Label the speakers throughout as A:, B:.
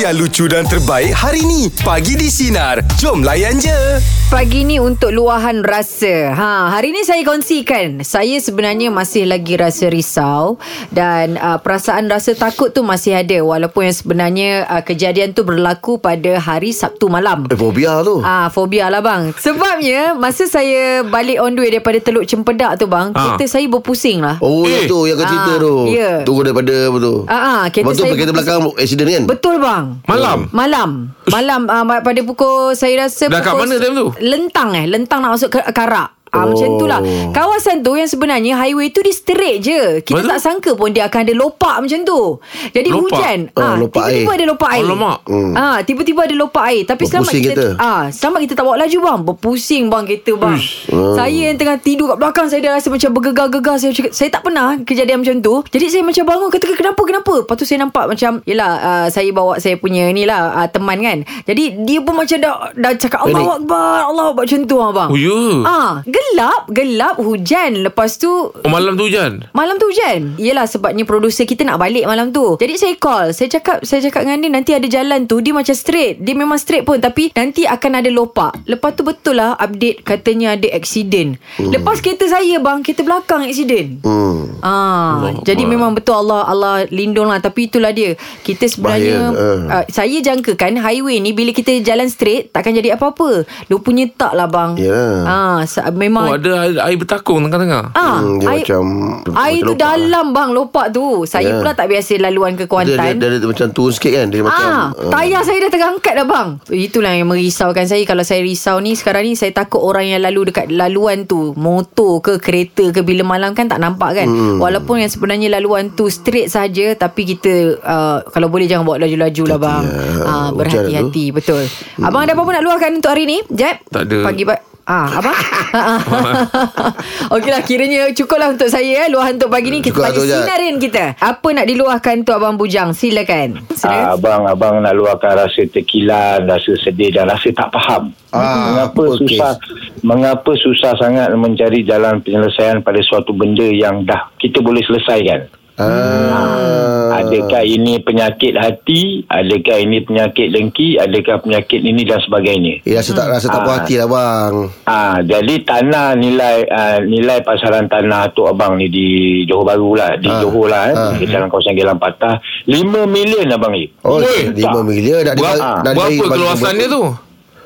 A: yang lucu dan terbaik hari ni. Pagi di Sinar. Jom layan je.
B: Pagi ni untuk luahan rasa. Ha, hari ni saya kongsikan. Saya sebenarnya masih lagi rasa risau dan uh, perasaan rasa takut tu masih ada walaupun yang sebenarnya uh, kejadian tu berlaku pada hari Sabtu malam.
C: Eh, fobia tu.
B: Ah, fobia lah bang. Sebabnya masa saya balik on the way daripada Teluk Cempedak tu bang,
D: Ah.
B: kereta saya berpusing lah.
C: Oh,
D: Eh.
C: eh. tu yang kau cerita
B: Ah,
C: tu.
B: ya.
C: Tunggu daripada apa tu?
B: Ah, ah, kereta
C: Lepas tu
B: saya-
C: kereta belakang accident kan?
B: Betul bang.
D: Malam
B: Malam Malam uh, pada pukul Saya rasa
D: Dah kat
B: pukul
D: mana time tu?
B: Lentang eh Lentang nak masuk ke Karak Ah, oh. Macam tu lah Kawasan tu yang sebenarnya Highway tu dia straight je Kita
D: Lepas tu?
B: tak sangka pun Dia akan ada lopak macam tu Jadi
D: Lopak? Oh,
B: hujan
C: Oh,
B: ah,
C: lopak
B: Tiba-tiba
C: air.
B: ada lopak air
D: Alamak.
B: hmm. ah, Tiba-tiba ada lopak air Tapi selamat
C: Berpusing
B: kita,
C: kereta.
B: ah, Selamat kita tak bawa laju bang Berpusing bang kereta bang Saya yang tengah tidur kat belakang Saya dah rasa macam bergegar-gegar Saya, cakap- saya tak pernah kejadian macam tu Jadi saya macam bangun Kata kenapa kenapa Lepas tu saya nampak macam Yelah ah, saya bawa saya punya ni lah ah, Teman kan Jadi dia pun macam dah, dah cakap Allah
C: Panik.
B: Akbar Allah Akbar Macam tu abang
D: Oh ya
B: ah, Gelap Gelap hujan Lepas tu
D: Oh malam tu hujan
B: Malam tu hujan Yelah sebabnya producer kita nak balik malam tu Jadi saya call Saya cakap Saya cakap dengan dia Nanti ada jalan tu Dia macam straight Dia memang straight pun Tapi nanti akan ada lopak Lepas tu betul lah Update katanya ada accident hmm. Lepas kereta saya bang Kereta belakang accident
C: Hmm.
B: Ah,
D: Allah
B: jadi
D: Akbar.
B: memang betul Allah Allah lindung lah Tapi itulah dia Kita sebenarnya
C: Bahaya,
B: uh. Uh, Saya jangkakan highway ni Bila kita jalan straight Takkan jadi apa-apa Lu punya tak lah bang
C: Ya.
B: ah, sa- Memang
D: Oh ada air, air bertakung tengah-tengah
B: Ah,
C: Hmm, dia
B: air,
C: macam
B: air tu
C: macam lopak lah.
B: dalam bang lopak tu. Saya yeah.
C: Ya.
B: pula tak biasa laluan ke
C: Dia, dia,
B: Kuantan.
C: dia, dia macam turun sikit kan? Dia macam...
B: Ah,
C: ah.
B: tayar saya dah terangkat dah bang. Itulah yang merisaukan saya kalau saya risau ni sekarang ni saya takut orang yang lalu dekat laluan tu, motor ke kereta ke bila malam kan tak nampak kan. Hmm. Walaupun yang sebenarnya laluan tu straight saja tapi kita uh, kalau boleh jangan bawa laju-laju lah bang.
C: Hati-hati,
B: Ah,
C: ah. Hujan Hmm.
B: berhati-hati betul. Abang ada apa-apa nak luahkan untuk hari ni? Jep.
D: Tak ada.
B: Pagi ba- Ah, apa? Okeylah kiranya cukuplah untuk saya eh luahan untuk pagi ni kita
C: Cukup lah
B: panggil
C: tu, Jad.
B: sinarin kita. Apa nak diluahkan tu abang Bujang? Silakan. Silakan.
E: Ah, abang abang nak luahkan rasa terkilan, rasa sedih dan rasa tak faham.
C: Ah,
E: mengapa
C: apa
E: susah mengapa susah sangat mencari jalan penyelesaian pada suatu benda yang dah kita boleh selesaikan.
C: Ah.
E: Adakah ini penyakit hati, adakah ini penyakit dengki, adakah penyakit ini dan sebagainya.
C: Eh, rasa tak, rasa tak puas
E: Ah.
C: hati lah bang.
E: Ah, jadi tanah nilai ah, nilai pasaran tanah tu abang ni di Johor Bahru lah, di
C: Ah.
E: Johor lah eh,
C: Ah.
E: di dalam kawasan Gelang Patah, 5 million abang ni.
C: Oh,
D: Weh,
C: 5 miliar. Nak
D: Berapa,
C: dibagi- nak
D: berapa
C: dibagi- bagi-
D: keluasan dia tu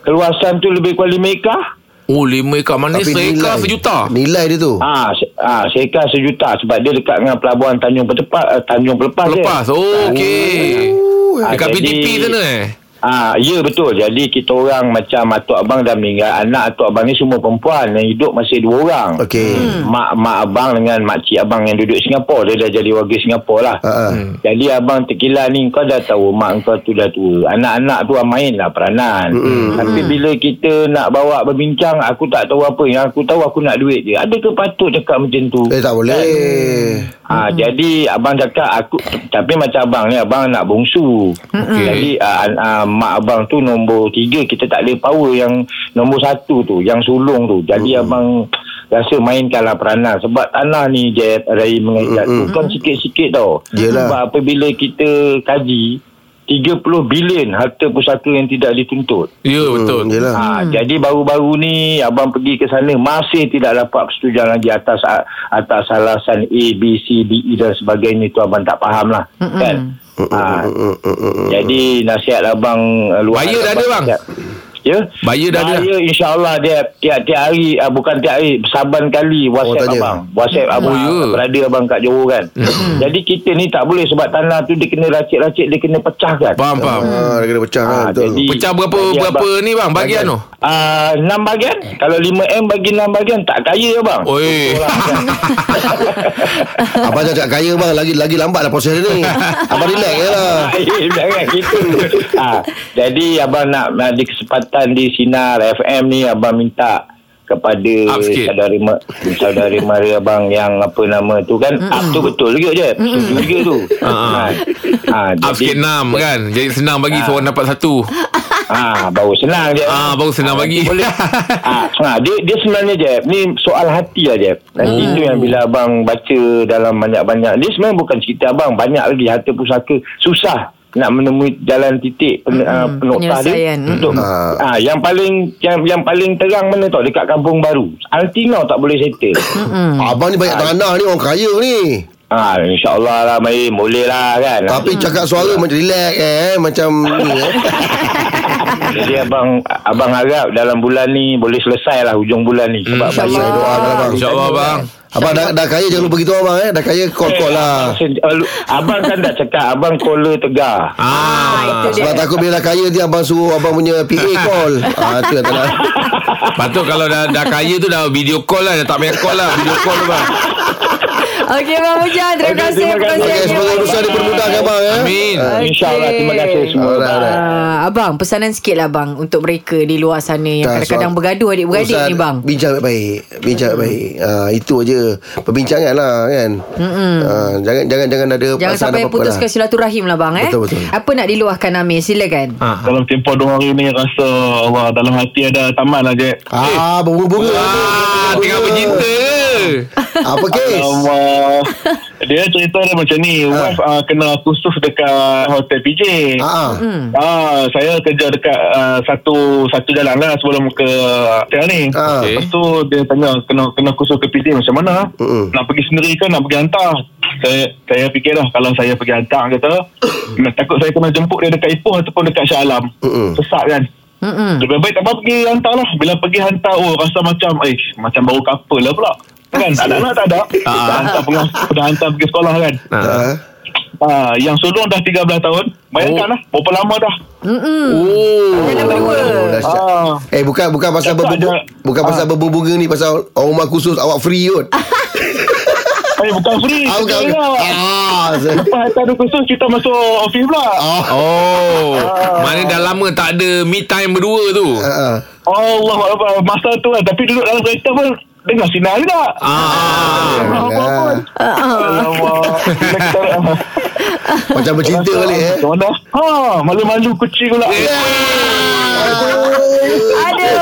E: Keluasan tu lebih kurang 5 ekar.
D: Oh lima ekar Mana
C: Tapi
D: seekar
C: nilai-
D: sejuta
C: Nilai dia tu.
E: Ah, se- ah, seekar sejuta sebab dia dekat dengan pelabuhan Tanjung Pelepas eh, Tanjung Pelepas. je.
D: Lepas Oh okey
C: Oh,
E: Ah,
D: Dekat
E: jadi-
D: PTP sana eh
E: Ah, ya betul. Jadi kita orang macam atuk abang dah meninggal, anak atuk abang ni semua perempuan yang hidup masih dua orang.
C: Okey.
E: Hmm. Mak mak abang dengan mak cik abang yang duduk Singapura, dia dah jadi warga Singapura lah.
C: Ah, ah.
D: Hmm.
E: Jadi abang Tekila ni kau dah tahu mak kau tu dah tua. Anak-anak tu main lah peranan. Mm-hmm. Tapi bila kita nak bawa berbincang aku tak tahu apa. Yang aku tahu aku nak duit je. Adakah patut cakap macam tu?
C: Eh, tak boleh.
E: Ha, hmm. Jadi abang cakap aku tapi macam abang ni abang nak bongsu.
D: Okey.
E: Jadi uh, uh, mak abang tu nombor tiga kita tak boleh power yang nombor satu tu yang sulung tu. Jadi abang rasa mainkanlah peranan sebab tanah ni je Rai mengajar tu kan sikit-sikit tau.
C: Yelah.
E: Sebab apabila kita kaji 30 bilion harta pusaka yang tidak dituntut.
D: Ya betul
C: Hmm, yelah.
E: Ha, jadi baru-baru ni abang pergi ke sana masih tidak dapat persetujuan lagi atas atas alasan A B C D E dan sebagainya tu abang tak faham lah mm kan.
C: Mm,
E: Ha,
C: mm, mm, mm.
E: jadi nasihat abang eh, luar
D: Bayar dah
E: abang
D: ada, bang?
E: nasihat. Ya.
D: Bayar dah ada.
E: Bayar insya-Allah dia tiap-tiap hari ah, bukan tiap hari saban kali WhatsApp
C: tanya.
E: abang. WhatsApp
D: Oh,
E: abang
D: ya. Hmm.
E: berada abang kat Johor kan. jadi kita ni tak boleh sebab tanah tu dia kena racik-racik dia kena pecahkan.
D: Faham faham
C: Ah, dia kena pecah kan,
E: Ah,
C: betul.
E: jadi-
D: Pecah berapa
E: Bagi
D: berapa
E: abang-
D: ni bang Bagian tu
E: Ah, enam bahagian.
C: Eh.
E: Kalau 5M bagi enam bahagian tak kaya bang.
D: Oi
E: lah.
C: Abang jangan cakap kaya bang Lagi lagi lambat lah proses dia ni Abang relax je lah
E: Eh, Jangan gitu ha, Jadi abang nak, nak Di kesempatan di Sinar FM ni Abang minta kepada
D: Up sikit.
E: saudari ma- saudari mari abang yang apa nama tu kan mm up tu betul juga je setuju juga tu ha, ha,
D: Ah, Up sikit enam kan Jadi senang bagi Seorang dapat satu
E: Ah, baru senang je.
D: Ah, baru senang bagi.
E: nanti Boleh. ah, ah, dia dia sebenarnya je. Ni soal hati lah je. Nanti
D: Oh.
E: tu yang bila abang baca dalam banyak-banyak. Dia sebenarnya bukan cerita abang, banyak lagi harta pusaka susah. nak menemui jalan titik pen, uh, penokta dia
B: penyelesaian.
E: untuk
C: Ah.
E: ah yang paling yang yang paling terang mana tau dekat kampung baru Altina tak boleh settle
B: Hmm.
C: Abang
B: Ah.
C: ni banyak tanah ni Orang kaya ni
E: ah insyaallah lah mai boleh lah kan
B: Ya.
C: Tapi cakap suara macam relax eh Macam ni eh
E: Jadi abang abang harap dalam bulan ni boleh selesai lah hujung bulan ni sebab
D: Mm.
B: Ya.
C: Abang saya doakan abang
D: InsyaAllah bang
C: Abang dah, dah kaya jangan lupa beritahu abang eh Dah kaya call-call lah
E: Selalu- abang kan dah cakap abang caller tegar.
B: Ah, itu
D: Ah,
B: dia.
C: Sebab takut bila dah kaya nanti abang suruh abang punya PA call Ah tu yang tak nak
D: patut kalau dah, dah kaya tu dah video call lah Dah tak payah call lah Video call tu bang
B: Okey Abang Hujan Terima
E: Okey,
B: kasih
E: terima kasih.
C: Okay,
B: perkongsiannya.
C: semoga urusan
B: ya,
C: dipermudahkan abang eh
D: Amin
E: Insyaallah
B: Okey.
E: terima kasih semua.
C: Alright, alright.
B: Ah, abang pesanan sikit lah bang Untuk mereka di luar sana Yang
C: Tak,
B: kadang-kadang
C: soal-
B: bergaduh Adik-beradik
C: Ustaz,
B: ni bang
C: Bincang baik-baik Bincang baik-baik ha, Itu je Perbincangan lah kan ha, Jangan jangan jangan ada
B: Jangan
C: perasaan
B: sampai
C: apa-apa lah.
B: putuskan silaturahim lah bang eh
C: Betul, betul.
B: Apa nak diluahkan Amir silakan
D: ha.
F: Dalam tempoh dua hari ni rasa Allah dalam hati ada taman lah Jack.
C: Ah, bunga-bunga
D: Ah, tengah bercinta ke?
C: Apa kes?
F: Uh, dia cerita dia macam ni
C: Ah.
F: Wife uh, kena kursus dekat Hotel PJ ah.
C: Ah,
F: Saya kerja dekat uh, Satu Satu jalan lah Sebelum ke Hotel ni
C: ah.
D: Okey.
F: Lepas tu dia tanya kena kena kursus ke PJ macam mana? ah?"
C: Mm-mm.
F: Nak pergi sendiri ke nak pergi hantar? Saya saya fikir dah kalau saya pergi hantar kata nak takut saya kena jemput dia dekat Ipoh ataupun dekat Shah Alam.
C: Mm-mm.
F: Sesat kan.
B: Mm-mm.
F: Lebih baik tak apa pergi hantar lah. Bila pergi hantar oh rasa macam eh macam baru couple lah pula. Kan tak ada nak tak ada. Dah hantar pengasuh dah hantar pergi sekolah kan.
D: Ah.
C: Ah.
F: Ha, yang sulung dah 13 tahun. Bayangkan lah berapa lama dah.
B: Jalan berdua
C: Oh, dahsyat.
F: Ah.
C: Eh bukan bukan pasal
F: Tak, tak,
C: berbunga
F: jangan.
C: bukan pasal berbunga ni pasal orang rumah khusus awak free kot.
F: Ah, Eh bukan free. lah.
C: Ah bukan. bukan. Ah. se-
F: Lepas hantar dia kursus kita masuk office pula.
D: Oh,
F: Ah.
D: mana dah lama tak ada me time berdua tu.
C: Ah.
F: Allah Allah masa tu lah tapi duduk dalam kereta pun dengar sinar je tak
D: Ah.
C: Alah.
F: Alamak Bila kita
C: Macam bercinta balik eh.
F: Macam mana Ha malu-malu kucing pula
B: Aduh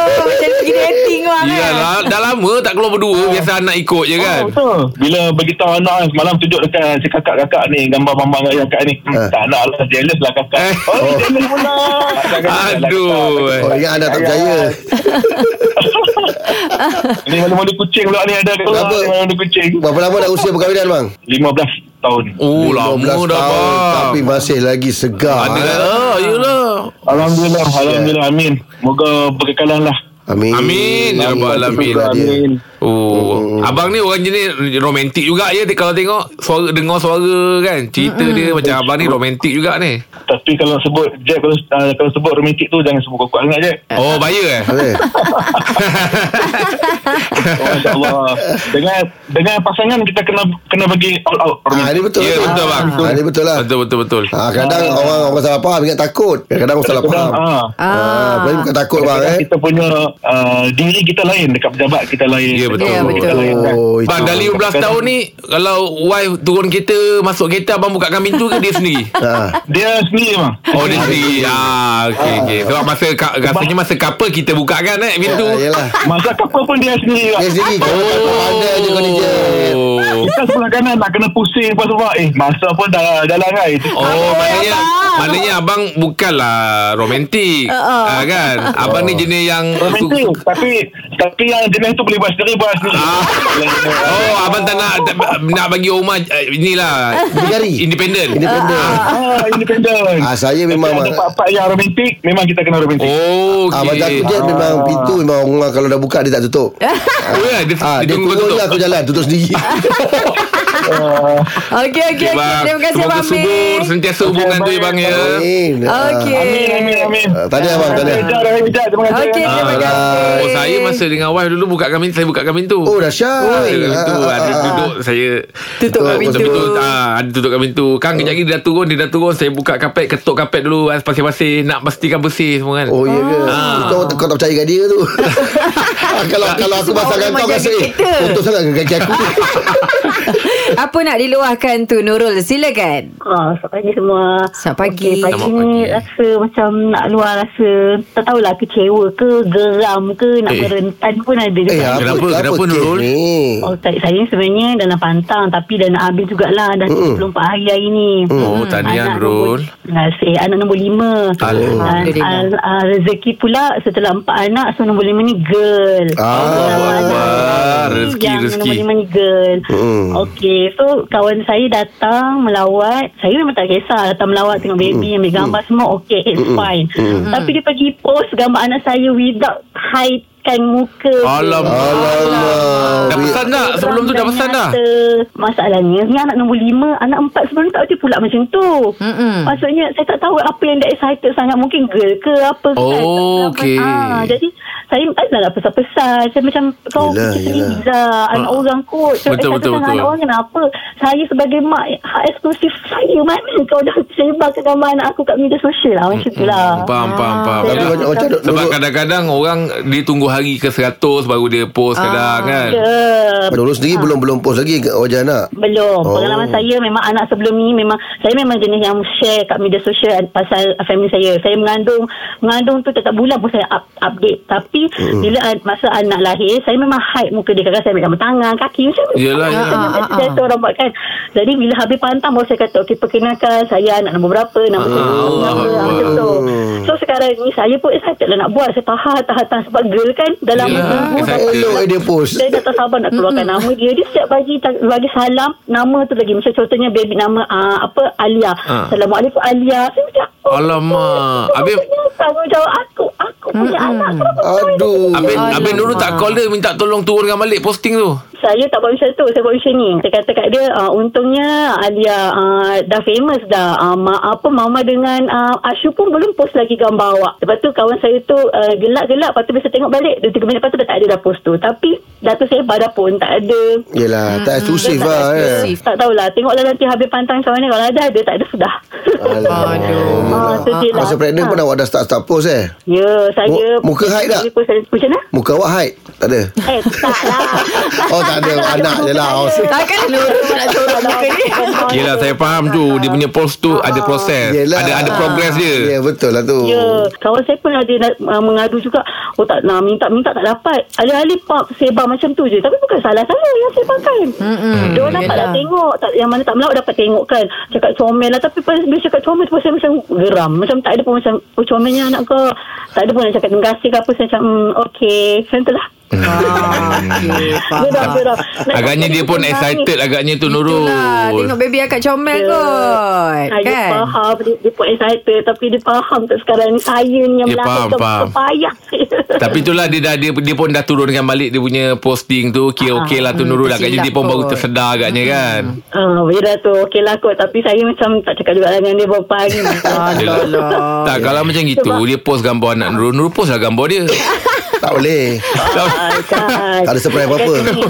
B: Macam pergi dating bang eh.
D: Iyalah, dah lama tak keluar berdua, biasa anak ikut je kan.
F: Ah. Oh, betul. Bila beritahu anak kan, Semalam tunjuk dekat Si kakak-kakak ni Gambar mamang ayah kakak ni hmm,
C: Ah.
F: Tak nak lah Jealous lah kakak
D: Eh.
F: Oh, oh. jealous pula
D: Aduh. eh.
C: Oh ingat anda tak percaya.
F: Ni malu-malu kucing pula ni Ada keluar
C: Berapa?
F: ni Malu-malu kucing
C: Berapa lama dah usia perkahwinan bang?
F: 15 tahun
D: Oh, lama
C: 15
D: dah
C: tahun, Tapi
D: bang.
C: masih lagi segar.
D: Ada
C: eh.
D: lah, yelah.
F: Alhamdulillah Alhamdulillah Amin Moga berkekalan lah
C: Amin.
D: Amin, ya Rabbal Alamin.
C: Itulah dia.
F: Amin
D: Oh, abang ni orang jenis romantik juga ya dia kalau tengok suara dengar suara kan. Cerita dia macam abang ni romantik juga ni.
F: Tapi kalau sebut Jack kalau, uh, kalau sebut romantik tu jangan sebut kuat-kuat sangat Jack.
D: Oh, bahaya eh.
C: Eh,
F: Oh, Masya-Allah. dengan dengan pasangan kita kena kena bagi all out
C: ah,
F: Ha. romantik.
C: ini betul.
D: Ya, betul, bang.
C: Ah, ini betul lah.
D: Betul betul betul.
C: Ah, kadang orang orang salah faham ingat takut. Kadang-kadang orang salah faham.
F: Kadang, ah,
C: Ah,
B: Ah.
C: ah bukan takut bang
F: kadang
C: eh.
F: kita punya uh, diri kita lain dekat pejabat kita lain.
D: Ya, betul.
F: Dekat
B: Ya,
F: rumah Kita
B: betul.
F: lain, kan?
C: Oh, itu.
D: Bang dah 15 tahun ni Kalau wife turun kereta Masuk kereta Abang bukakan pintu ke dia sendiri?
C: Ah,
F: Dia sendiri bang.
D: Oh dia sendiri ah, okay, okay. Sebab masa ka, Rasanya masa couple Kita bukakan eh pintu
C: ah, yelah.
F: Masa kapal pun dia sendiri bang.
C: Dia sendiri kau takut pandai je kau ni je.
D: Oh
F: Kita sebelah kanan nak kena pusing apa sebab eh masa pun dah jalan kan.
D: Oh maknanya Maknanya abang Bukanlah Romantik
B: Uh-uh.
D: ah, Kan Abang
C: Oh.
D: ni jenis yang
F: Romantik tapi tapi yang jenis tu boleh buat sendiri buat sendiri.
D: Ah. Oh abang tak nak tak- Nak bagi rumah eh, Inilah
C: Bidari.
D: Independent
C: Independent.
F: Ah, independent.
C: Ah, saya memang-
F: Tapi ada part-part yang romantik, memang kita kena romantik.
D: Oh
C: Ah, macam aku
D: okay.
C: je memang pintu memang orang kalau dah buka dia tak tutup.
D: Oh ya Dia,
C: Ah, dia
D: tunggu kau
C: turun je aku jalan tutup Ah. sendiri.
B: Okey okey okey
D: Okey, bang.
B: Terima kasih
D: Semoga
B: Abang
D: subur
B: Amir
D: Sentiasa hubungan tu ya bang ya
C: Amin. Ah.
B: Okey
F: Amin, amin, amin.
C: Ah, Tahniah bang, tahniah.
F: Terima kasih, Ijaz. Terima kasih.
B: Okey terima
D: Alright.
B: kasih
D: Ah, Oh saya masa dengan wife dulu Bukakan pintu Saya bukakan pintu
C: Oh dahsyat.
D: Ah, saya bukakan pintu
C: Ah, ah,
D: Ada
C: ah, ah.
D: duduk Saya
B: Tutup
D: Ah,
B: pintu.
D: ah, Ada tutupkan pintu Kang Kan kejap lagi dia dah turun Dia dah turun Saya buka kapet Ketuk kapet dulu ah, Pasir-pasir Nak pastikan bersih semua kan
C: Oh ya ke
D: Ah.
C: Kau kau tak percaya kat dia tu Ah, Kalau kalau aku
B: sebab
C: pasangkan
B: orang
C: kau
B: memang jaga
C: rasa eh,
B: kita.
C: Kotor sangat ke kaki aku
B: Apa nak diluahkan tu Nurul? Silakan.
G: Ah, selamat pagi semua.
B: Selamat pagi.
G: Okey, pagi
D: Selamat
G: ni
D: pagi.
G: rasa macam nak luar rasa tak tahulah kecewa ke, geram ke, nak
D: Eh.
G: berentan pun ada juga.
C: Eh, apa,
D: Kenapa-
C: kenapa,
D: kenapa,
C: kes
D: Nurul?
C: ni?
G: Oh, tak, saya sebenarnya dah nak pantang tapi dah nak habis jugalah dah
C: Mm-mm.
G: 24 hari hari ni.
D: Oh, tahniah,
G: Anak
D: Nurul.
G: nombor- Terima kasih. Anak nombor lima.
C: ya.
B: Alhamdulillah.
G: Ah, ah, ah, rezeki pula setelah empat anak, so nombor lima ni girl.
C: Ah,
D: Allahu Akbar.
G: Hmm,
D: Rezeki,
G: yang
D: rezeki.
G: Nombor lima ni girl.
C: Mm.
G: Okey, so kawan saya datang melawat. Saya memang tak kisah datang melawat tengok baby, ambil gambar semua. Okey, it's fine. Tapi dia pergi post gambar anak saya without hide kan muka ke.
D: Alamak.
C: Alamak.
D: Dah pesan tak? Sebelum tu dah pesan dah?
G: Ternyata Masalahnya Ni anak nombor lima Anak empat sebenarnya tak boleh pula macam tu
B: Mm-mm.
G: Maksudnya Saya tak tahu apa yang dia excited sangat Mungkin girl ke apa kan? ke
D: Oh, okey.
G: ha, Jadi Saya tak adalah pesan-pesan Saya macam Kau
C: Yelah,
G: fikir
C: yelah.
G: sendiri lah Anak
D: Ah.
G: orang kot Kau
D: Betul,
G: excited
D: betul,
G: sangat
D: betul.
G: Anak orang kenapa Saya sebagai mak Hak eksklusif saya Mana kau dah sebarkan gambar anak aku Kat media sosial lah Macam tu lah
D: Faham, faham, faham.
C: Tapi
G: Ya.
C: macam, macam Nurul-
D: Sebab kadang-kadang orang dia tunggu hari ke 100 baru dia post kadang kan.
G: Ya
C: Nurul sendiri belum belum post lagi ke wajah anak.
G: Belum.
C: Oh.
G: Oh. Pengalaman saya memang anak sebelum ni memang saya memang jenis yang share kat media sosial pasal family saya. Saya mengandung mengandung tu tetap bulan pun saya up, update. Tapi mm. bila an- masa anak lahir saya memang hide muka dia. Kadang-kadang saya ambil gambar tangan, kaki macam tu.
D: Yelah,
G: Saya-
D: yelah.
G: saya- Saya seorang buat kan. Jadi bila habis pantang baru saya kata okey perkenalkan saya anak nombor berapa, nombor
D: Ah,
G: berapa,
D: Allah
G: nombor
D: Akbar.
G: macam tu. So sekarang ni saya pun excited lah nak buat. Saya tahan, tahan, tahan sebab girl kan dalam
D: Yelah,
G: minggu
D: excited.
G: dapat-
C: Elok eh dia post.
G: saya dah tak sabar nak keluarkan nama dia. Dia setiap bagi tak- bagi salam, nama tu lagi. Macam contohnya baby nama uh, apa Alia.
D: Ah.
G: Assalamualaikum Alia. Saya macam oh,
D: Alamak. Habis
G: maksudnya tanggungjawab aku. Aku punya anak. Kenapa kau
C: Aduh.
D: habis habis
B: Alamak.
D: Nurul tak call dia minta tolong turunkan balik posting tu.
G: Saya tak buat macam tu Saya buat macam ni Saya kata kat dia uh, Untungnya Alia uh, Dah famous dah uh, ma, Apa Mama dengan uh, Ashu pun belum post lagi gambar awak Lepas tu kawan saya tu uh, Gelak-gelak Lepas tu biasa tengok balik 2-3 minit lepas tu Dah tak ada dah post tu Tapi Dato' saya pada pun Tak ada
C: Yelah, tak eksklusif
G: Hmm, Tak
C: lah. eh.
G: eksklusif. Tak tahulah Tengoklah nanti habis pantang macam mana Kalau ada ada Tak ada sudah
C: Alamak.
G: Ah, tu je lah.
C: Masa pregnant pun
G: Ah.
C: awak dah start-start post eh?
G: Ya saya
C: Mu- muka hide tak?
G: Macam mana?
C: Muka awak hide? Tak ada?
G: Eh tak lah
C: Oh, tak ada. Anak je lah. Oh,
B: Takkan Nurul kan? nak sorok muka ni.
G: Ah,
D: Yelah saya faham tu Dia punya post tu Ada proses
C: Yelah.
D: Ada ada progress dia
C: Ya, betul lah tu.
G: Ya, kawan saya pun ada nak- uh, mengadu juga. Oh tak nak minta-minta tak dapat. Alih-alih pak sebar macam tu je. Tapi bukan salah saya yang sebar kan. Mm-mm. Dia orang dapat
B: Yelah.
G: tak tengok. Tak, yang mana tak melawat dapat tengok kan. Cakap comel lah. Tapi pas bila cakap comel tu saya macam geram. Macam tak ada pun macam oh comelnya anak kau. Tak ada pun nak cakap terima kasih ke apa. Saya macam hmm, okay. Macam tu lah.
B: Ah, okey,
G: Geram,
B: faham.
G: geram. Nak-
D: Agaknya dia pun
G: nangis.
D: excited Agaknya tu Nurul
B: Itulah, tengok baby akak comel
G: Ya.
B: kot.
G: Saya
B: Kan?
G: faham dia, dia pun excited Tapi dia faham tak sekarang ni Saya ni yang
D: Dia faham,
G: melahirkan
D: faham.
G: Kepayah
D: Tapi itulah dia dah dia, dia pun dah turunkan balik dia punya posting tu. Okey okey lah tu Nurul agaknya dia pun
B: Ah, hmm,
D: baru
B: tersilap kot. Hmm.
D: tersedar agaknya kan.
G: Ah, Wira tu okey lah kot Tapi saya macam tak cakap juga lah dengan dia berapa hari
D: Yelah.
B: eh?
D: Tak eh? kalau macam gitu dia post gambar anak Nurul, Nurul post lah gambar dia.
C: Tak boleh.
G: Ah, kan.
C: Tak ada surprise apa-apa.
G: Dia kata ni,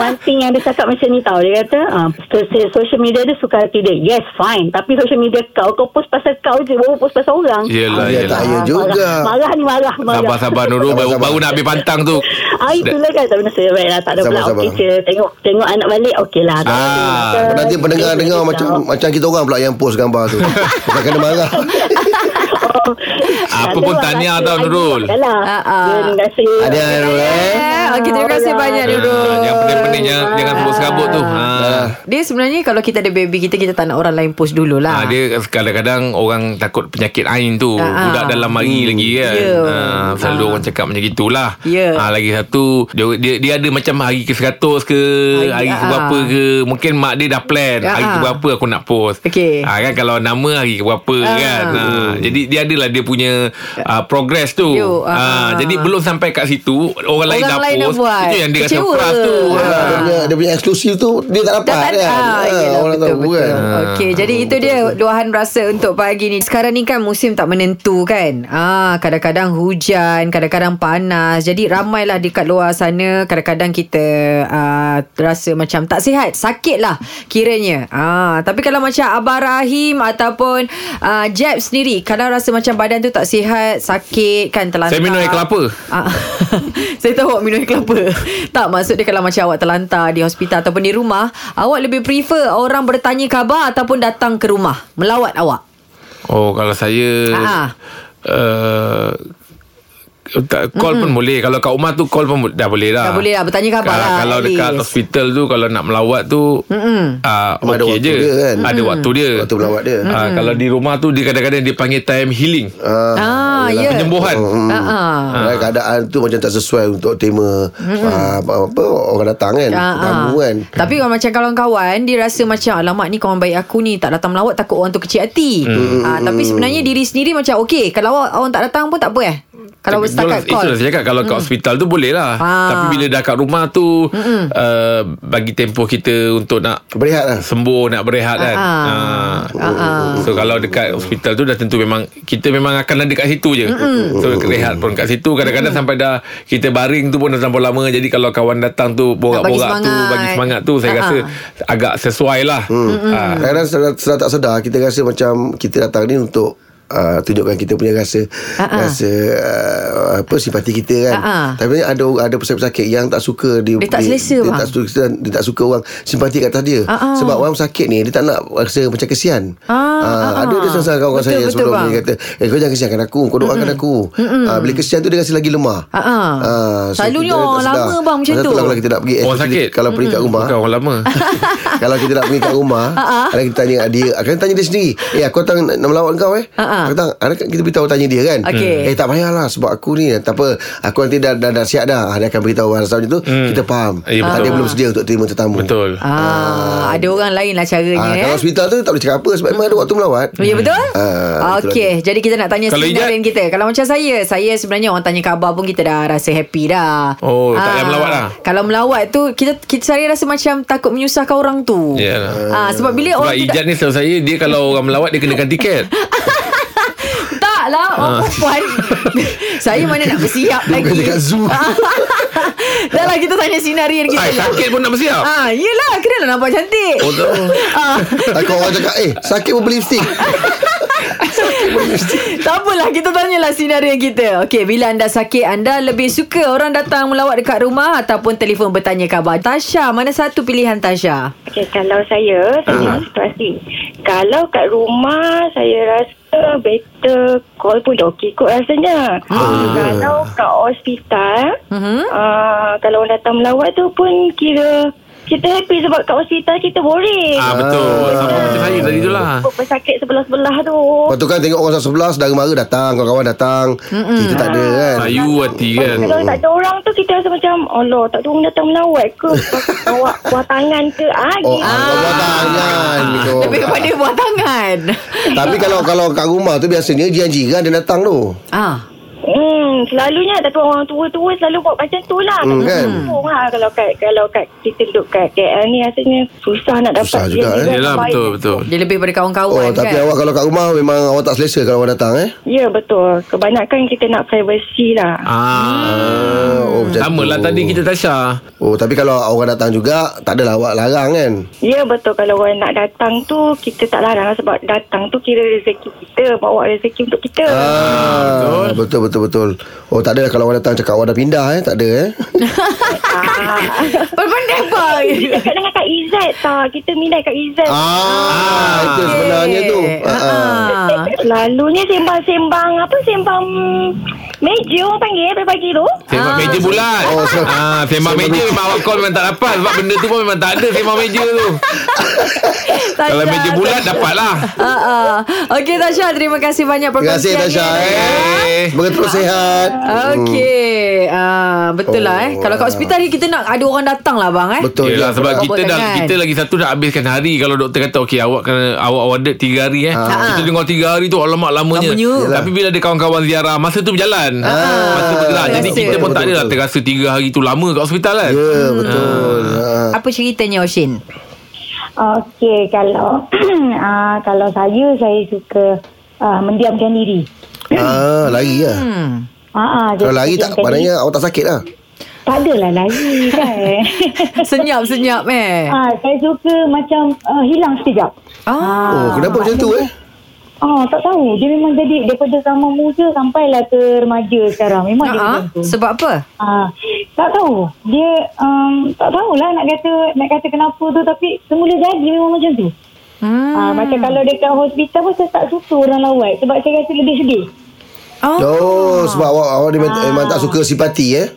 G: One thing yang dia cakap macam ni tau Dia kata ah, so- so- Social media dia suka hati dia Yes fine Tapi social media kau Kau post pasal kau je Baru post pasal orang Ah,
D: Yelah
C: Ya,
D: yelah.
C: tak ya juga.
G: marah, marah ni marah, marah.
D: Sabar-sabar Nurul baru,
C: Sabar-sabar.
D: baru nak habis pantang tu.
G: Ah, itulah kan Tak benda saya baik lah Tak ada pula
C: Sabar-sabar.
G: Okey je Tengok tengok anak balik Okey lah tak
D: Ah,
G: ada.
C: Nanti pendengar
G: Okey,
C: dengar
G: kita
C: macam
G: tahu.
C: macam kita orang pula yang post gambar tu. Kita kena marah.
G: Oh.
D: Apa pun tahniah tau, Nurul.
G: Adalah
B: Ah, ah.
G: lah. Ya, Terima kasih
C: Ada Nurul eh.
B: Eh, Okey, terima kasih banyak Nurul.
D: Ah, yang pening-pening jangan, jangan sebut serabut tu.
B: Ah.
D: Ha.
B: Dia sebenarnya kalau kita ada baby kita kita tak nak orang lain post
D: Ha,
B: dululah.
D: dia kadang-kadang orang takut penyakit ain tu
B: Ah, ah.
D: Budak dalam mari lagi kan
B: Ya.
D: ha, Selalu
B: Ah.
D: orang cakap macam itulah
B: Ya.
D: ha, Lagi satu dia, dia, dia ada macam hari ke 100 ke
B: Hari-
D: Hari, hari ke
B: ah.
D: berapa ke Mungkin mak dia dah plan
B: Ah,
D: Hari ke
B: ah.
D: berapa aku nak post
B: Okey.
D: ha, kan, Kalau nama hari ke berapa
B: Ah. Ya.
D: kan ha, Jadi dia adalah dia punya uh, progress tu
B: Yo, ah.
D: ha, Jadi belum sampai kat situ Orang, lain
B: Orang
D: dah
B: lain dah
D: post
B: buat.
D: Itu yang dia
B: Kecewa.
D: rasa frust tu
B: Ah.
D: Ha.
C: Dia punya, dia punya eksklusif tu dia tak dapat
B: Dah tak
C: kan.
B: ada.
C: Ah,
B: Yelah,
C: orang
B: betul,
C: tahu
B: betul.
C: kan.
B: Okey, jadi itu dia luahan rasa untuk pagi ni. Sekarang ni kan musim tak menentu kan. Ah, kadang-kadang hujan, kadang-kadang panas. Jadi ramailah dekat luar sana kadang-kadang kita ah, rasa macam tak sihat, sakit lah kiranya. Ah, tapi kalau macam Abang Rahim ataupun ah, Jeb sendiri, kadang rasa macam badan tu tak sihat, sakit kan terlantar.
D: Saya minum air kelapa.
B: Ah, saya tahu awak minum air kelapa. tak maksud dia kalau macam awak terlantar di hospital ataupun di rumah, awak lebih prefer orang bertanya khabar ataupun datang ke rumah melawat awak.
D: Oh kalau saya
B: Ah.
D: uh, tak, Call pun boleh Kalau kat rumah tu Call pun bo- dah boleh
B: Dah
D: dah
B: boleh lah, bertanya khabar
D: kalau,
B: lah,
D: Kalau
B: at
D: dekat
B: least.
D: hospital tu Kalau nak melawat tu
B: Mm-mm.
D: uh,
C: Memang ada waktu
D: Okey je
C: dia kan?
D: Ada waktu dia
C: Waktu melawat dia.
D: Ah, Kalau di rumah tu Dia kadang-kadang dia panggil time healing
B: Ah,
C: Ah,
B: ya.
D: Penyembuhan
C: Hmm.
B: Ah, ah.
C: Ah. Keadaan tu macam tak sesuai untuk tema ah, apa, apa orang datang kan,
B: Ah, ah.
C: tamu kan.
B: Tapi kalau macam kawan-kawan Dia rasa macam Alamak ni kawan baik aku ni Tak datang melawat Takut orang tu kecil hati
C: Hmm.
B: Ah, Tapi sebenarnya diri sendiri macam Okey Kalau awak, awak tak datang pun tak apa eh Kalau
D: Tapi
B: setakat
D: itulah-
B: call
D: Itulah saya cakap Kalau kat hospital tu boleh lah
B: Ah.
D: Tapi bila dah kat rumah tu uh, Bagi tempoh kita Untuk nak
C: Berehat lah.
D: sembuh nak berehat kan.
B: Ah,
D: Ha.
B: ah.
D: So kalau dekat hospital tu dah tentu memang kita memang akan ada kat situ je. Mm-mm. So rehat pun kat situ kadang-kadang mm. sampai dah kita baring tu pun dah terlalu lama jadi kalau kawan datang tu borak-borak tu
B: semangat.
D: bagi semangat tu saya
B: Ah,
D: rasa agak sesuai lah. Ha.
C: Kadang-kadang sedar, sedar tak sedar Kita rasa macam Kita datang ni untuk Uh, tunjukkan kita punya rasa
B: Ah, ah.
C: uh-uh. rasa uh, apa simpati kita kan.
B: Ah, ah.
C: Tapi ada ada pesakit-pesakit yang tak suka dia
B: Dia tak selesa,
C: dia,
B: bang.
C: tak suka dia tak suka orang simpati kat atas dia.
B: Ah, ah.
C: Sebab orang sakit ni dia tak nak rasa macam kesian.
B: Ah, ah,
C: Ah, ada
B: ah.
C: dia sengsara kawan
B: Betul,
C: saya yang
B: betul,
C: sebelum
B: bang.
C: ni kata, "Eh kau jangan kesiankan aku, kau doakan aku." Ah, bila kesian tu dia rasa lagi lemah.
B: Ah, ah. Selalunya
C: kita tak
B: orang
C: sedar.
B: lama, bang, macam
C: Pasal
B: tu.
C: lah Kalau kita nak pergi
D: Orang
C: especially
D: sakit.
C: kalau pergi kat rumah.
D: Bukan orang lama.
B: Ah.
C: Kalau kita nak pergi kat rumah Kalau kita tanya kat dia Akan tanya dia sendiri Eh aku datang nak melawat kau eh
B: Ha, ha.
C: Aku datang Anak kita beritahu tanya dia kan
B: Okey.
C: Eh tak payahlah Sebab aku ni Tak apa Aku nanti dah, dah, dah siap dah Ah, Dia akan beritahu Rasa macam tu Kita faham Tak,
D: Ya, betul.
C: Dia belum sedia untuk terima tetamu
D: Betul.
B: Ah, ada orang lain lah caranya
C: Ah,
B: eh.
C: Kalau hospital tu tak boleh cakap apa Sebab memang ada waktu melawat
B: Ya betul?
C: Ah, itu
B: Okey, jadi kita nak tanya
D: Kalau
B: sinarin kita. Kalau macam saya, saya sebenarnya orang tanya khabar pun kita dah rasa happy dah.
D: Oh, tak payah
B: Ah,
D: melawat lah.
B: Kalau melawat tu kita kita saya rasa macam takut menyusahkan orang tu.
D: Yalah.
B: Ah, sebab bila
D: Sebab
B: orang Ya, tu dah-
D: Ijat ni setahu saya Dia kalau orang melawat Dia kenakan tiket
B: Tak lah Orang
D: Ah.
B: perempuan Saya mana nak bersiap lagi Ah.
C: bukan dekat zoo.
B: Dah lah kita tanya sinarian kita
D: Ay, Sakit pun nak bersiap
B: Ah, yelah Kena lah nampak cantik
D: Oh, tak.
B: ah,
C: Takut orang cakap Eh sakit pun beli lipstick
B: Tak apalah Kita tanyalah sinarian kita Okey Bila anda sakit Anda lebih suka Orang datang melawat dekat rumah Ataupun telefon bertanya khabar Tasha Mana satu pilihan Tasha
H: Okay, kalau saya,
C: Ah.
H: saya uh-huh. situasi. Kalau kat rumah, Kan saya rasa better call pun dah okey kot rasanya.
C: Ah.
H: Uh.
C: Ya.
H: Kalau kat hospital,
B: Mhm.
H: uh-huh. uh, kalau orang datang melawat tu pun kira kita happy sebab kat hospital kita boring. Uh.
D: Ah betul Sama macam saya tadi tu lah
H: Pesakit sebelah-sebelah tu.
C: Lepas tu kan tengok orang sebelah Sedara mara datang Kawan-kawan datang Kita tak ada kan
D: Sayu hati kan
H: Kalau tak ada orang tu Kita rasa macam Allah tak ada orang datang melawat ke Bawa buah tangan ke ah,
C: Oh,
H: gitu.
C: ah. buat tangan gitu.
B: Lebih kepada buah tangan
C: Tapi kalau kalau kat rumah tu biasanya jiran-jiran kan dia datang tu.
B: Ah,
H: Hmm, selalunya tapi orang tua-tua selalu buat macam tu lah.
C: Hmm,
H: Tapi
C: kan?
H: untung lah kalau kat kalau kat kita duduk kat KL ni rasanya susah nak dapat
C: Susah juga,
H: dia-
C: eh.
H: dia
D: Yelah
H: baik.
D: betul betul
B: Dia lebih pada
C: Oh,
B: kawan-kawan
C: tapi
B: kan
C: awak kalau kat rumah memang awak tak selesa kalau orang datang eh.
H: Ya betul. Kebanyakan kita nak privacy lah.
D: Ah,
B: Hmm.
C: Oh, macam
D: sama
C: tu.
D: lah tadi kita Tasha.
C: Oh, tapi kalau orang datang juga, tak adalah awak larang kan?
H: Ya betul kalau orang nak datang tu kita tak larang lah sebab datang tu kira rezeki kita, bawa rezeki untuk kita.
C: Ah, betul. betul betul Oh, tak adalah kalau orang datang cakap awak dah pindah eh, tak ada eh.
B: Pandai bang
H: Kita Cakap dengan Kak Izzat tak Kita minat Kak Izzat
C: ah, itu
B: Okey.
C: sebenarnya tu.
B: Ah, ah.
H: Selalunya sembang-sembang Apa sembang Meja orang panggil eh, Pagi-pagi tu
D: Sembang meja bulat.
C: Oh, so-
D: ah, sembang
C: sembang
D: meja
C: meja.
D: memang awak call memang tak dapat sebab benda tu pun memang tak ada sembang meja tu.
B: Tasha,
D: Kalau meja bulat dapatlah.
B: Ah, ah. Okey Tasha, terima kasih banyak
C: Terima kasih
B: perkongsiannya.
C: Tasha eh.
D: Eh.
C: Semoga terus sihat.
B: Ah, Okey. Ah, betul
C: Oh,
B: lah eh. Kalau kat
C: ah.
B: hospital ni kita nak ada orang datang lah bang eh.
C: Betul. ya.
D: Yelah
C: je.
D: sebab
B: Apa
D: kita dah
B: tangan?
D: kita lagi satu nak habiskan hari kalau doktor kata okey awak kena awak order 3 hari eh. Kita dengar 3 hari tu alamak lamanya.
B: Lamanya.
D: Yelah. Tapi bila ada kawan-kawan ziarah masa tu berjalan.
C: Ah,
D: Masa bergerak. Jadi
B: Terasa.
D: kita pun tak adalah terasa 3 hari tu lama kat hospital kan.
C: Ya, betul. Ah.
B: Apa ceritanya Oshin?
I: Okey, kalau uh, kalau saya saya suka uh, mendiamkan diri.
C: Ah, lari lah.
B: Hmm.
I: Ha ah,
C: Kalau lari tak maknanya awak tak sakit lah.
I: tak adalah lari kan.
B: Senyap-senyap eh.
F: Ah,
I: ah, saya suka macam uh, ah, hilang sekejap.
B: Ah.
C: Oh, kenapa macam tu eh?
I: Ah, Ah, tak tahu. Dia memang jadi daripada zaman muda sampailah ke remaja sekarang. Memang
F: ah.
I: dia
B: Ha,
I: macam tu.
B: sebab apa?
I: Ah, tak tahu. Dia um, tak tahulah nak kata nak kata kenapa tu tapi semula jadi memang macam tu.
B: Hmm.
I: Ah, macam kalau dekat hospital pun saya tak suka orang lawat sebab saya rasa lebih sedih.
B: Oh.
C: Oh, sebab awak awak dia memang, memang tak suka simpati eh.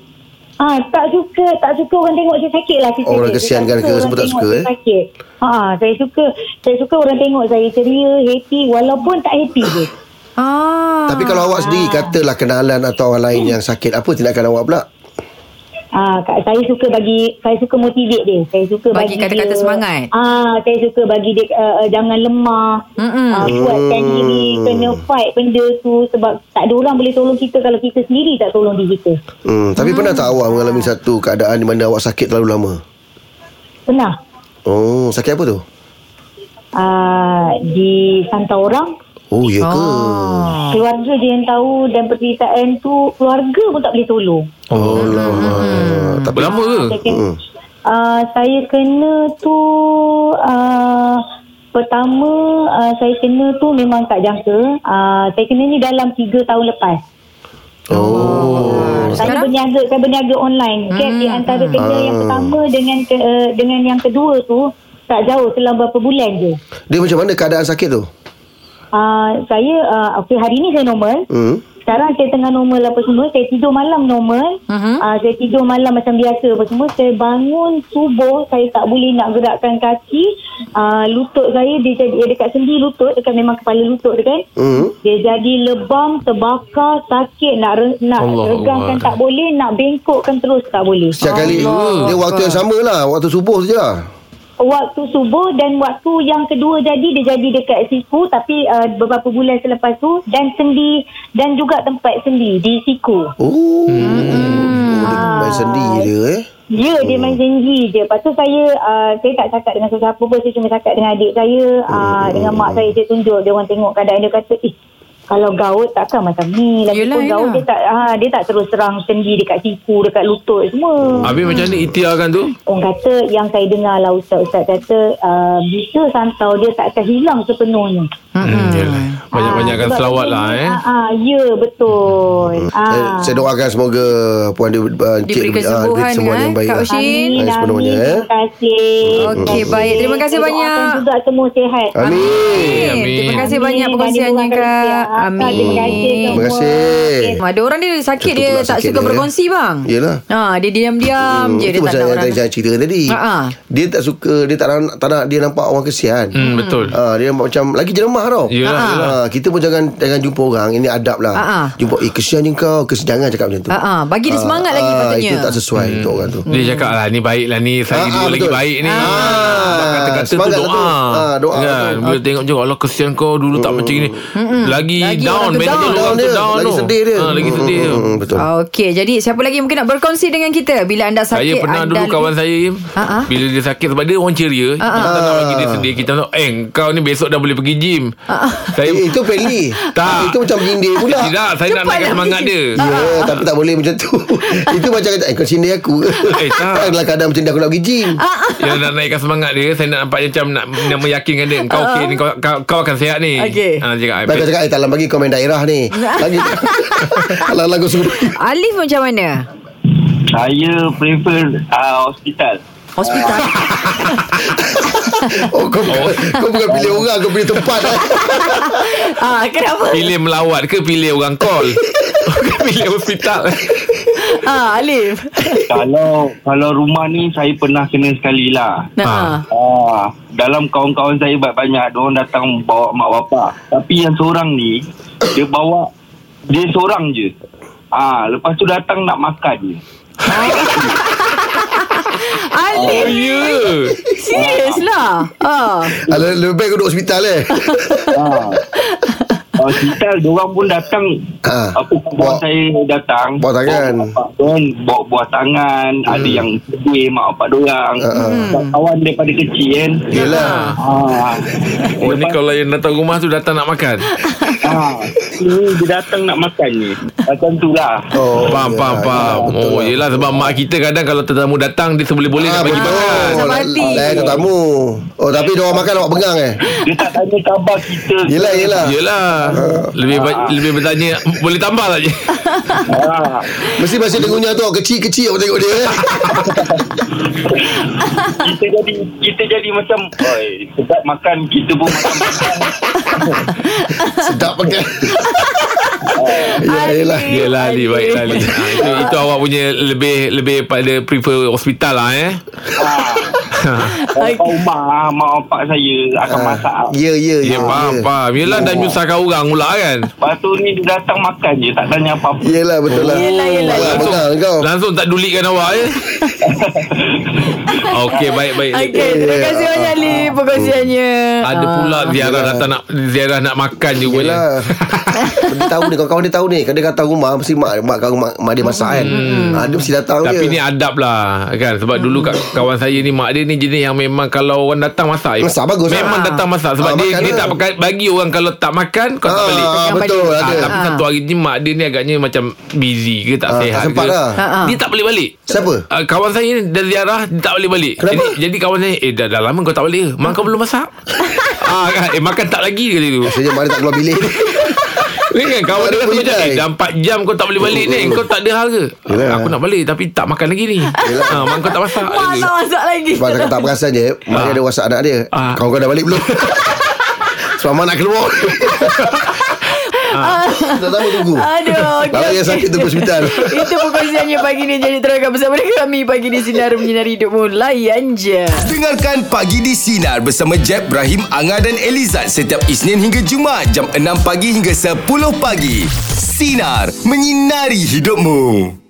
I: Ah, tak suka, tak suka orang tengok saya sakit lah. Cerita
C: Orang
I: dia.
C: kesian
I: Saya
C: kan ke?
I: orang
C: Semua tak
I: tengok
C: suka,
I: saya
C: eh?
I: Sakit. Ha, saya suka, saya suka orang tengok saya ceria, happy walaupun tak happy je.
B: Ah.
C: Tapi kalau awak sendiri katalah kenalan atau orang lain yang sakit, apa tindakan awak pula?
I: Ah, kak, saya suka bagi, saya suka motivate dia. Saya suka
B: Bagi
I: bagi,
B: kata-kata
I: dia-
B: semangat.
I: Ah, saya suka bagi dia uh, uh, jangan lemah.
B: Mm-mm.
I: Ah, kuatkan diri, kena fight benda tu sebab tak ada orang boleh tolong kita kalau kita sendiri tak tolong diri kita.
C: Hmm, tapi pernah tak awak mengalami satu keadaan di mana awak sakit terlalu lama?
I: Pernah
C: Oh, sakit apa tu?
I: ah, di santau orang
C: Oh, ya ke?
B: Oh.
I: Keluarga je yang tahu dan penderitaan tu keluarga pun tak boleh tolong.
B: Hmm,
C: Oh, lama. Tapi
D: Berlama ke?
I: Saya kena, uh, saya kena tu uh, pertama uh, saya kena tu memang tak jangka. Uh, saya kena ni dalam 3 tahun lepas.
C: Oh.
I: Saya
B: Sekarang?
I: berniaga saya berniaga online. Gap di antara kena yang pertama dengan ke, uh, dengan yang kedua tu tak jauh selang berapa bulan je.
C: Dia macam mana keadaan sakit tu?
I: Uh, saya uh, okay, hari ni saya normal.
C: Hmm.
I: Sekarang saya tengah normal apa semua. Saya tidur malam normal.
B: Mhm.
I: Uh-huh. Uh, saya tidur malam macam biasa apa semua. Saya bangun subuh. Saya tak boleh nak gerakkan kaki. Uh, lutut saya dia jadi eh, dekat sendi lutut. Dekat memang kepala lutut tu kan.
C: Hmm.
I: Dia jadi lebam, terbakar, sakit. Nak re- nak
D: Allah
I: regangkan
D: Allah.
I: tak boleh. Nak bengkokkan terus tak boleh.
C: Setiap kali
B: Oh,
C: dia waktu yang sama lah, waktu subuh tu je lah.
I: Waktu subuh dan waktu yang kedua jadi dia jadi dekat siku tapi uh, beberapa bulan selepas tu dan sendi dan juga tempat sendi di siku.
C: Oh. Hmm. Main sendiri dia eh.
I: Ya, yeah,
D: Hmm.
I: dia main janji je. Lepas tu saya, uh, saya tak cakap dengan sesiapa pun. Saya cuma cakap dengan adik saya,
D: Hmm.
I: uh, dengan mak saya. Dia tunjuk, dia orang tengok keadaan dia kata, eh, kalau gaut takkan macam ni. Lagi
B: Yelah,
I: pun gaut
B: yelah.
I: dia tak, ha, dia tak terus terang sendi dekat siku, dekat lutut semua.
D: Habis macam ni Itia kan tu
I: Orang kata, yang saya dengar lah Ustaz-Ustaz kata, uh, bisa santau dia tak akan hilang sepenuhnya.
D: hmm, yelah. Banyak-banyakkan
I: Ah, sebab
D: selawat lah
I: dia-
D: eh Hmm.
I: Ah, ah, ya, betul. Ah.
C: Saya, saya doakan semoga puan dia uh,
B: Diberi kesembuhan,
C: semua yang
B: eh,
C: baik.
B: Kak
C: lah.
B: Ushi. Amin,
I: Amin,
C: Yang sepenuhnya,
I: amin.
C: eh.
I: Terima kasih.
B: Okey, baik. Terima kasih
I: Saya doakan
B: banyak.
I: juga semua sihat.
C: Amin.
B: Amin.
D: Amin.
B: Terima kasih
I: Amin.
B: banyak
I: Ada
B: perkongsiannya
I: orang
B: Kak.
I: kerja.
B: Amin.
I: Terima kasih
C: Terima kasih.
B: Ada orang dia sakit
C: Satu
B: dia
C: pula
B: tak
C: sakit
B: suka
C: dia, eh.
B: berkongsi bang.
C: Yelah.
B: Ha, dia diam-diam
C: Hmm,
B: je dia
C: itu
B: tak nak
C: pasal yang
B: orang.
C: tadi saya cerita tadi.
B: Ha, ha.
C: Dia tak suka, dia tak nak, tak nak dia nampak orang kesian.
D: hmm, Betul
C: Ah, dia nampak macam lagi jelema tau.
D: Yelah,
C: Ah,
D: yelah.
C: kita pun jangan jangan jumpa orang, ini adab lah.
B: Ah, ah.
C: Jumpa eh kesian je kau, kesian jangan cakap macam tu.
B: Ha, ha. Bagi dia semangat lagi
C: ah,
B: patutnya.
C: Itu tak
D: Hmm.
C: sesuai untuk orang tu.
D: Dia cakap lah Ni baik lah ni Saya
C: Ah,
D: dua
C: ah,
D: lagi
C: betul.
D: baik ni
C: Ah,
D: Abang Kata-kata tu
C: semangat
D: doa
C: tu. Ah, doa
D: kan?
C: tu.
D: Bila tengok je Allah kesian kau Dulu tak macam ni Lagi,
B: Lagi
D: down
B: orang tu
D: mental
B: down.
D: orang tu
C: dia,
D: down
C: Ah, lagi
D: tu.
C: sedih dia.
D: Ah, Lagi sedih
C: Hmm,
D: dia.
C: hmm, hmm, betul.
B: Okey, jadi siapa lagi mungkin nak berkongsi dengan kita bila anda sakit?
D: Saya pernah
B: anda
D: dulu
B: lebih-
D: kawan saya Im
B: Ha, ha.
D: Bila dia sakit Sebab dia orang ceria
B: Ah,
D: Kita tak nak bagi dia sedih Kita nak Eh kau ni besok dah boleh pergi gym
B: Ah,
D: Saya
C: Eh, itu peli.
D: Tak.
C: Itu macam jindir pula.
D: Tidak Saya nak
B: Cepatlah
D: naikkan semangat
B: pergi Ah,
D: dia
C: Ya,
D: ah.
C: tapi tak boleh macam tu. itu macam kata, eh, kau sini aku. Kan,
D: Eh, tak. Ah.
C: Dalam keadaan macam ni aku nak pergi gym.
D: Yang nak naikkan semangat dia Saya nak nampak dia macam Nak, nak meyakinkan dia Kau okey ni kau, kau, kau akan sihat ni
B: Ah, Okey.
D: ha, cakap,
C: Baik kau cakap, eh, dalam pagi komen daerah ni. Lagi. Alah, lagu suruh.
B: Alif macam mana?
F: Saya prefer uh, hospital.
B: Hospital.
C: Oh, kau, kau bukan pilih orang, kau pilih tempat. eh.
B: ah, kenapa?
D: Pilih melawat ke Pilih orang call Ke Pilih hospital
B: Ah, Alif.
F: kalau kalau rumah ni saya pernah kena sekali lah.
B: Nah.
D: Ah.
B: ah.
F: Ah, dalam kawan-kawan saya banyak-banyak Diorang datang bawa mak bapa Tapi yang seorang ni Dia bawa Dia seorang je Ah, Lepas tu datang nak makan je
D: Oh
B: Alif,
D: ya
B: serius lah. Ah.
C: Alah, lebih baik kau duduk hospital eh.
F: ah. Hospital Diorang pun datang
C: Ah.
F: Apa
C: Bawa-
F: kawan saya datang
C: Bawa tangan. Hmm.
F: Bawa, bapak diorang, bawa buah tangan Ada yang sedih mak bapak diorang
C: Ah,
F: Kawan daripada kecil kan
C: Yelah.
F: ah.
D: Oh ni kalau yang datang rumah tu Datang nak makan
F: Ah, ni dia datang nak makan ni. Macam tu lah.
C: Oh, yelah,
D: Faham, faham, faham.
C: yelah, betul
D: Oh,
C: lah.
D: yelah sebab mak kita kadang kalau tetamu datang, dia seboleh-boleh
C: Ah,
D: nak bagi makan.
B: Sama hati.
C: Lain tetamu. eh, Oh, tapi dia orang makan awak pegang eh.
F: Dia tak tanya khabar kita. ke.
C: Yelah, yelah.
D: Yelah.
C: Ah.
D: Lebih ba- lebih bertanya, boleh tambah tak je?
F: Ah.
C: Mesti masih dengunya tu kecil-kecil awak tengok dia. eh.
F: kita jadi kita jadi macam "Oh, oi sebab makan kita pun macam makan
C: Sedap pegang. Yelah, yelah.
D: Yelah, Ali. Baiklah, Ali. Ha, itu, itu awak punya lebih lebih pada prefer hospital lah, eh.
F: ha kalau rumah ah, mak bapak saya akan masak ah.
C: Ya, ya, ya.
D: Ya, faham, faham. Yelah, dah nyusahkan orang pula kan.
F: lepas tu ni dia datang makan je tak tanya apa-apa
C: Yelah, betul lah.
B: Yelah, yelah,
C: Awak
B: yelah.
C: pegang kau.
D: Oh, Langsung tak dulikkan awak, eh. Okey, baik, baik.
B: Okey, terima
C: Yeah.
B: kasih banyak Ali perkongsiannya.
D: Ada pula
B: Ah.
D: ziarah
C: Yelah.
D: datang nak ziarah nak makan je rupanya.
C: Yelah Dia tahu ni Kawan-kawan dia tahu ni Kadang datang rumah Mesti mak Mak, kat rumah, mak dia masak kan ha, Dia mesti datang
D: Tapi
C: je Hmm.
D: ni adab lah kan Sebab dulu kat kawan saya ni Mak dia ni jenis yang memang Kalau orang datang masak
C: Masak bagus lah.
D: Memang
C: Ah.
D: datang masak Sebab
C: Ah,
D: dia,
C: makan
D: dia
C: lah.
D: tak pakai- bagi orang Kalau tak makan Kau tak
C: Ah,
D: balik
C: Betul
D: Ah,
C: ada
D: tapi
B: Ah.
D: satu hari ni Mak dia ni agaknya macam Busy ke tak
C: Ah, tak
D: sihat
C: sempat
D: ke
C: lah.
B: Ah, ah.
D: Dia tak balik balik
C: Siapa?
D: Ah, Kawan saya ni dah ziarah Dia tak balik balik
C: Kenapa?
D: Jadi, jadi kawan saya Eh dah, dah lama kau tak balik ke Mak kau belum masak ah, kan? Eh makan tak lagi kali tu
C: Maksudnya mak dia tak keluar bilik
D: Ni kan
C: Tak
D: kawan dia
C: ada
D: rasa macam
C: peridai.
D: Eh dah 4 jam kau tak boleh balik ni Kau tak ada hal ke
C: Yelah.
D: Aku nak balik Tapi tak makan lagi ni ha, Mak kau tak masak
B: Mak tak masak lagi.
C: Sebab tak tak perasan je Mak dia
D: Ah.
C: ada whatsapp anak dia
D: Ah.
C: Kau kau dah balik belum? Sebab mak nak keluar Tak tahu tunggu
B: Aduh.
C: Kalau yang sakit tu hospital
B: Itu perkongsiannya pagi ni Jadi teruskan bersama dengan kami Pagi di Sinar Menyinari Hidupmu Layan je
A: Dengarkan Pagi di Sinar bersama Jeb, Ibrahim, Anga dan Elizad setiap Isnin hingga Jumaat jam 6 pagi hingga 10 pagi. Sinar. Menyinari hidupmu.